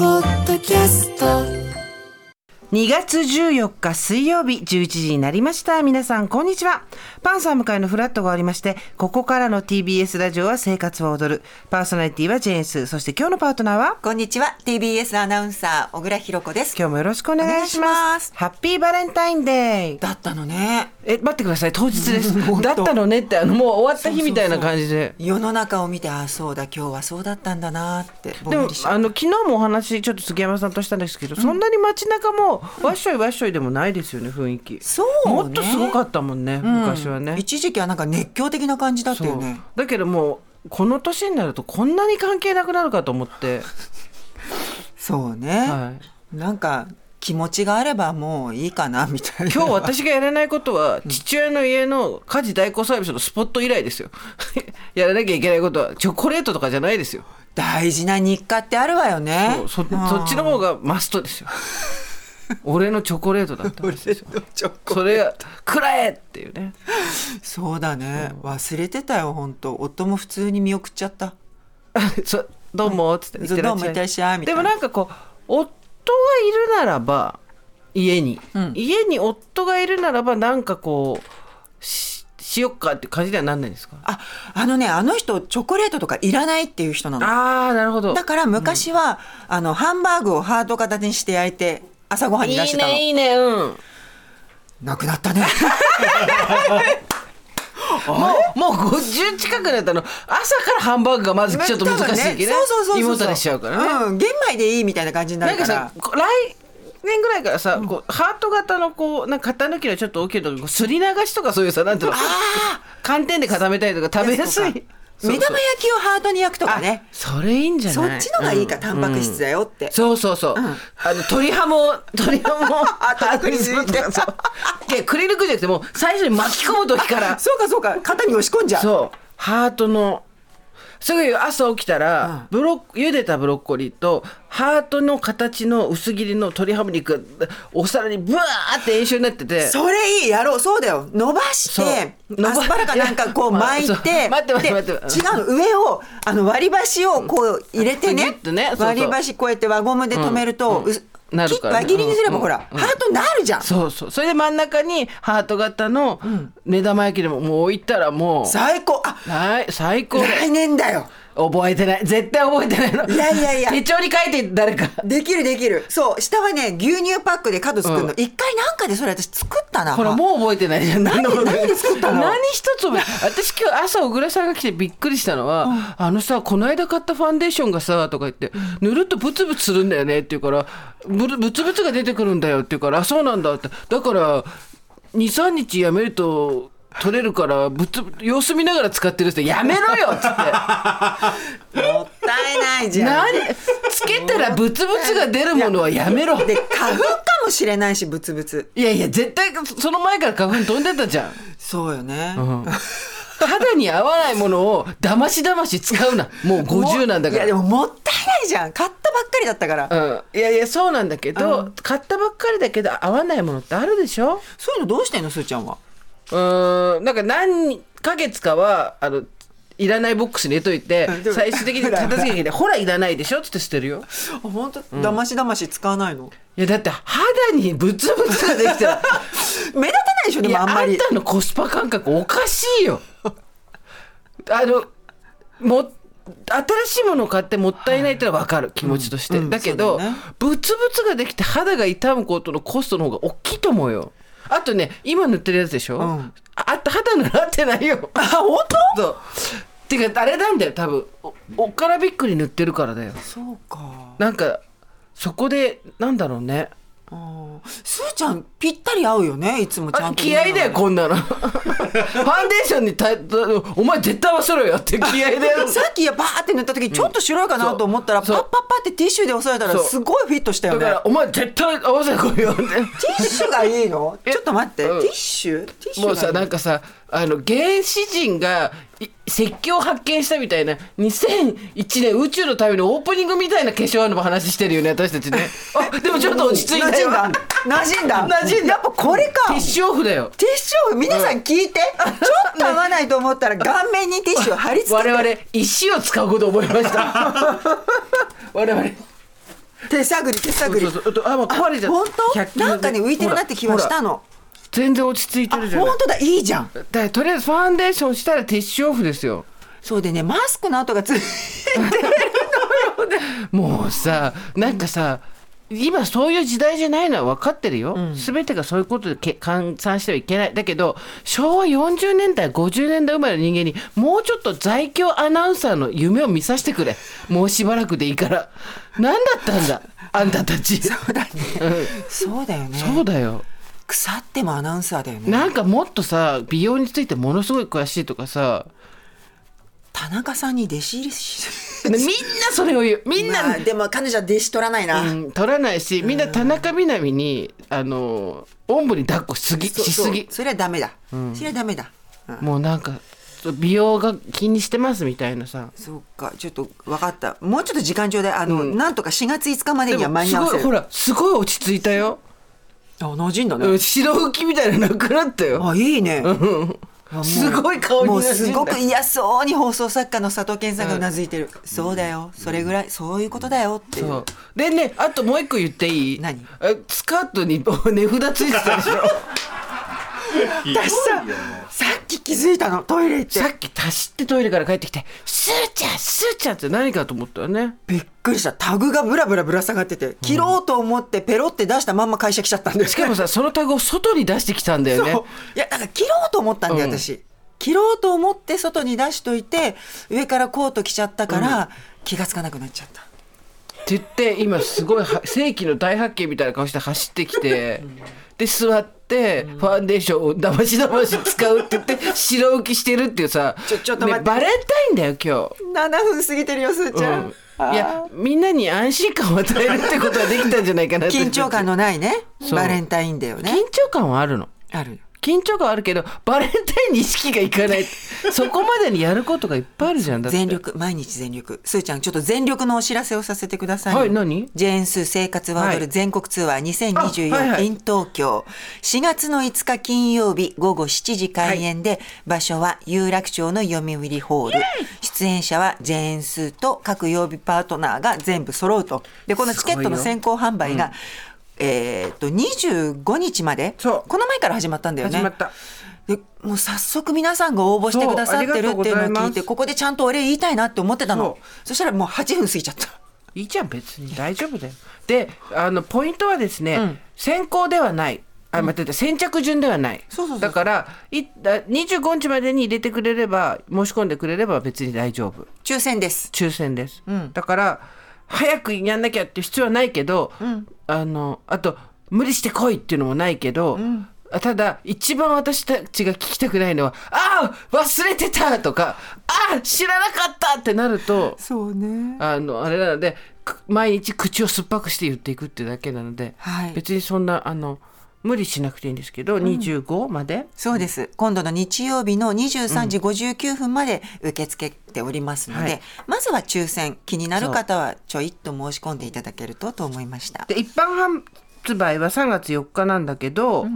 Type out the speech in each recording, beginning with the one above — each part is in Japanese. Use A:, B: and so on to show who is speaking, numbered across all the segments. A: キャスト
B: 2月14日水曜日11時になりました。皆さん、こんにちは。パンサー向かいのフラットがありまして、ここからの TBS ラジオは生活は踊る。パーソナリティはジェーンス。そして今日のパートナーは
C: こんにちは TBS アナウンサー小倉弘子です
B: 今日もよろしくお願いし
C: お願
B: ま
C: いしますす。
B: ハッピーバレンタインデー。
C: だったのね
B: え、待ってください。当日 です。だったのねって、あの、もう終わった日みたいな感じで。
C: 世の中を見てあそうだ今日はそうだったんだなってぼ
B: で
C: ん
B: も
C: やりし
B: あの昨日もお話ちょっと杉山さんとしたんですけど、そんなに街中もわっしょいわっしょいでもないですよね雰囲気
C: そうね
B: もっとすごかったもんね、昔はね
C: 一時期はなんか熱狂的な感じだった
B: そ
C: よ
B: う
C: ね
B: だけどもうこの年になるとこんなに関係なくなるかと思 って、
C: そうね、
B: はい、
C: なんか気持ちがあればもういいかなみたいな
B: 今日私がやれないことは父親の家の家事代行サービスのスポット以来ですよ やらなきゃいけないことはチョコレートとかじゃないですよ
C: 大事な日課ってあるわよね
B: もうそそっちの方がマストです よ俺のチョコレートだったんですよそれが「くらえ!」っていうね
C: そうだね忘れてたよ本当夫も普通に見送っちゃった
B: そどうもっつって
C: そうどうもいってらっしゃいみたいな
B: でもなんかこう夫がいるならば家に、
C: ん
B: 家に夫がいるならばなんかこうししよっかって感じにはなんないんですか
C: ああのねあの人チョコレートとかいらないっていう人なの
B: ああなるほど
C: だから昔は、あのハンバーグをハート形にして焼いて朝ごはん
B: い
C: に出し
B: い
C: てたの
B: ねいいねうんも
C: なくなったね
B: うもう50近くなったの朝からハンバーグがまず ちょっと難しいけどね
C: そうそうそうそう
B: 胃もたれしちゃうからね、
C: うん、玄米でいいみたいな感じにな
B: なん
C: る
B: か
C: から
B: さこ来年ぐらいからさ、こうハート型のこうなんか型抜きのちょっと大きいのこうすり流しとかそういうさなんていうの寒天で固めたりとか食べやすいそうそう
C: 目玉焼きをハートに焼くとかね
B: それいいんじゃ
C: そ
B: ない
C: っちのがいいか、
B: うん
C: タンパク質だよって、
B: そうそうそう、あの鶏ハ ムを鶏ハ ムをハートにするとかそうでくり抜くじゃなくてもう最初に巻き込む時から
C: そうかそうか肩に押し込んじゃう
B: そうハートのすぐ朝起きたら、ブロッ茹でたブロッコリーとハートの形の薄切りの鶏ハム肉がお皿にブワーって円周になってて
C: それいいやろうそうだよ伸ばして
B: そう伸ば
C: アスパラかなんかこう巻い
B: いや
C: て
B: まあそう待って待って
C: で
B: 待って
C: 違う上をあの割り箸をこう入れて
B: うんギュ
C: ね
B: ッとねそうそう
C: 割り箸こうやって輪ゴムで止めると、うす
B: なる
C: 切っ
B: からね
C: 輪切りにすればほら、
B: うんうん
C: ハートになるじゃん
B: そうそうそれで真ん中にハート型の目玉焼きでももう置いたらもう
C: 最高あ
B: はい最 高だよ
C: 来年だよ
B: 覚えてない絶対覚えてないの
C: いやいやいや
B: 手帳に書いて誰か
C: できるできるそう下はね牛乳パックで角作るの
B: うん
C: 一、回なんかでそれ私作ったな
B: ほらもう覚えてないじゃん何のことだか
C: 何で作ったの
B: 何一つ覚え私今日朝小倉さんが来てびっくりしたのは、あのさこの間買ったファンデーションがさとか言って塗るとブツブツするんだよねって言うからブルブツブツが出てくるんだよって言うからあそうなんだってだから23日やめると取れるからブツ様子見ながら使ってるってやめろよっ つって。
C: もったいないじゃん
B: 何つけたらブツブツが出るものはやめろ
C: で花粉かもしれないしブツブツ
B: いやいや絶対その前から花粉飛んでたじゃん
C: そうよね、
B: 肌に合わないものをだましだまし使うなもう50なんだか
C: いやで
B: ら
C: ももったいないじゃん買ったばっかりだったから、
B: うん、いやいやそうなんだけど、買ったばっかりだけど合わないものってあるでしょ
C: そういうのどうしてんのすーちゃんは
B: うーんなんか何ヶ月かはあのいらないボックスに入れといて
C: うんでも
B: 最終 的に片付けなきゃいけないほらいらないでしょっつって捨てるよ
C: あ本当だましだまし使わないの、
B: いやだって肌にブツブツができたら
C: 目立たないでしょで
B: い
C: も
B: や
C: あんまり
B: あんたのコスパ感覚おかしいよ あのも新しいものを買ってもったいないってのは分かる、気持ちとして、
C: うんうん
B: だけど
C: そうだよね
B: ブツブツができて肌が痛むことのコストの方が大きいと思うよあとね今塗ってるやつでしょ、
C: ん
B: ああ肌塗らってない よあ本当そうてかあれなんだよ多分おおっからびっくり塗ってるからだよ
C: そうか
B: なんかそこでなんだろうね
C: うんすーちゃんぴったり合うよねいつもちゃ
B: あ
C: んと
B: 気合だよこんなの ファンデーションにた お前絶対合わせろよ って気合だよ
C: さっきバーって塗った時ちょっと白いかなと思ったら、
B: そうそ
C: パッ
B: う
C: パッパってティッシュで押さえたら
B: そう
C: すごいフィットしたよ
B: だか
C: ね
B: らお前絶対合わせて こいよって
C: ティッシュが いいの
B: え
C: ちょっと待って、
B: うん
C: ティッシュティッシュがいい
B: もうさなんかさあの原始人がい石器を発見したみたいな2001年宇宙のためのオープニングみたいな化粧あるのも話してるよね私たち ねあでもちょっと落ち着いたよ
C: 馴染んだ馴染んだ
B: 馴染んだ
C: やっぱこれ
B: テ
C: か
B: ィッシュオフだよ
C: ティッシュを皆さん聞いて、ちょっと合わないと思ったら顔面にティッシュを貼り付けて
B: 我々石を使うことを覚えました我々
C: 手探り手探り
B: そうそうそうあもう壊れちゃった
C: 本
B: 100
C: 当
B: 均で
C: なんかね浮いてるなって気はしたの
B: 全然落ち着いて
C: あ
B: るじゃない
C: 本当だいいじゃん
B: だからとりあえずファンデーションしたらティッシュオフですよ
C: そうでねマスクの跡がつい
B: もうさなんかさ、今そういう時代じゃないのは分かってるよ、全てがそういうことでけ換算してはいけないだけど昭和40年代50年代生まれの人間にもうちょっと在京アナウンサーの夢を見させてくれもうしばらくでいいから何だったんだあんたたち
C: そうだねそうだよね
B: そうだよ
C: 腐ってもアナウンサーだよね
B: なんかもっとさ美容についてものすごい詳しいとかさ
C: 田中さんに弟子入りし
B: みんなそれを言うみんな、
C: まあでも彼女は弟子取らないな、
B: うん、取らないしみんな田中みな実にあのおんぶに抱っこしすぎ
C: そう
B: しすぎ
C: そうそれはダメだ、それはダメだ、うん
B: もうなんかそう美容が気にしてますみたいなさ
C: そうかちょっと分かったもうちょっと時間ちょうだいあの、なんとか4月5日まで
B: で
C: には間
B: も
C: に
B: す
C: 合わ
B: ご
C: せ
B: い
C: る
B: ほらすごい落ち着いたよ、
C: あ馴染んだね、
B: うん、白浮きみたいなのなくなったよ
C: あいいね、
B: すごい顔に
C: もう
B: なじん
C: す
B: だ
C: ごく嫌そうに放送作家の佐藤健さんがうなずいてる、そうだよそれぐらいそういうことだよっていう
B: そうでねあともう一個言っていい
C: 何
B: えスカートに 値札ついてたで しょ
C: 私ささっき気づいたのトイレ行って
B: さっき走ってトイレから帰ってきて「スーちゃんスーちゃん」って何かと思ったよね
C: びっくりしたタグがブラブラぶら下がってて切ろうと思ってペロって出したまんま会社来ちゃったんです
B: しかもさそのタグを外に出してきたんだよね
C: そういやだから切ろうと思ったんだよ、
B: うん
C: 私切ろうと思って外に出しといて上からコート着ちゃったから、気がつかなくなっちゃった
B: って言って今すごいは世紀の大発見みたいな顔して走ってきてで座ってファンデーションをだましだまし使うって 言って白浮きしてるっていうさ
C: ちょちょっと待って
B: ねバレンタインだよ
C: 7分過ぎてるよすーちゃん、
B: 今
C: あ
B: 日、う
C: ー
B: ん、いやみんなに安心感を与えるってことはできたんじゃないかなって
C: 緊張感のないね
B: そう
C: バレンタインデーを
B: 緊
C: ね
B: 張感はあるの
C: あるよ
B: 緊張感はあるけどバレンタインに意識がいかないそこまでにやることがいっぱいあるじゃんだって
C: 全力毎日全力すーちゃんちょっと全力のお知らせをさせてくださいよ
B: はい何
C: ジェーンスー生活ワード
B: は
C: ル
B: い
C: 全国ツアー2024
B: あはいはい
C: in 東京4月の5日金曜日午後7時開演で、場所は有楽町の読売ホール出演者はジェーンスーと各曜日パートナーが全部揃うとでこのチケットの
B: すごい
C: 先行販売が、えーっと25日まで
B: そう
C: この前から始まったんだよね
B: 始まった
C: でもう早速皆さんが応募してくださってるっていうのを
B: そうありがとうござい
C: 聞
B: ま
C: い
B: す
C: てここでちゃんとお礼言いたいなって思ってたの
B: そ
C: そしたらもう8分過ぎちゃった。
B: いいじゃん別に大丈夫だよ。であのポイントはですね、
C: ん
B: 先行ではない。あ待って待って先着順ではない
C: そうそうそう
B: だからいあ25日までに入れてくれれば申し込んでくれれば別に大丈夫
C: 抽選です。
B: 抽選です、だから早くやんなきゃっていう必要はないけど、あのあと無理して来いっていうのもないけど、あただ一番私たちが聞きたくないのは「ああ忘れてた!」とか「ああ知らなかった!」ってなると
C: そうね。
B: あのあれなのでく毎日口を酸っぱくして言っていくってだけなので、
C: はい
B: 別にそんなあの無理しなくていいんですけど、25まで
C: そうです。今度の日曜日の23時59分まで受け付けておりますので、
B: はい
C: まずは抽選気になる方はちょいっと申し込んでいただけるとと思いました。
B: で一般発売は3月4日なんだけど、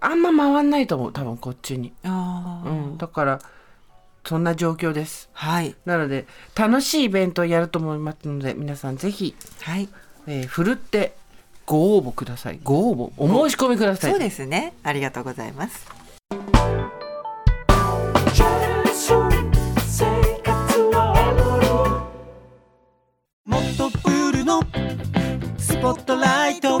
B: あんま回んないと思う多分こっちに、
C: あ
B: う
C: ー
B: ん、だからそんな状況です
C: はい
B: なので楽しいイベントをやると思いますので皆さんぜひ、
C: はい。
B: えー、ふるってご応募くださいご応募お申し込みください
C: そうですね。ありがとうございます。
A: もっとプールのスポットライト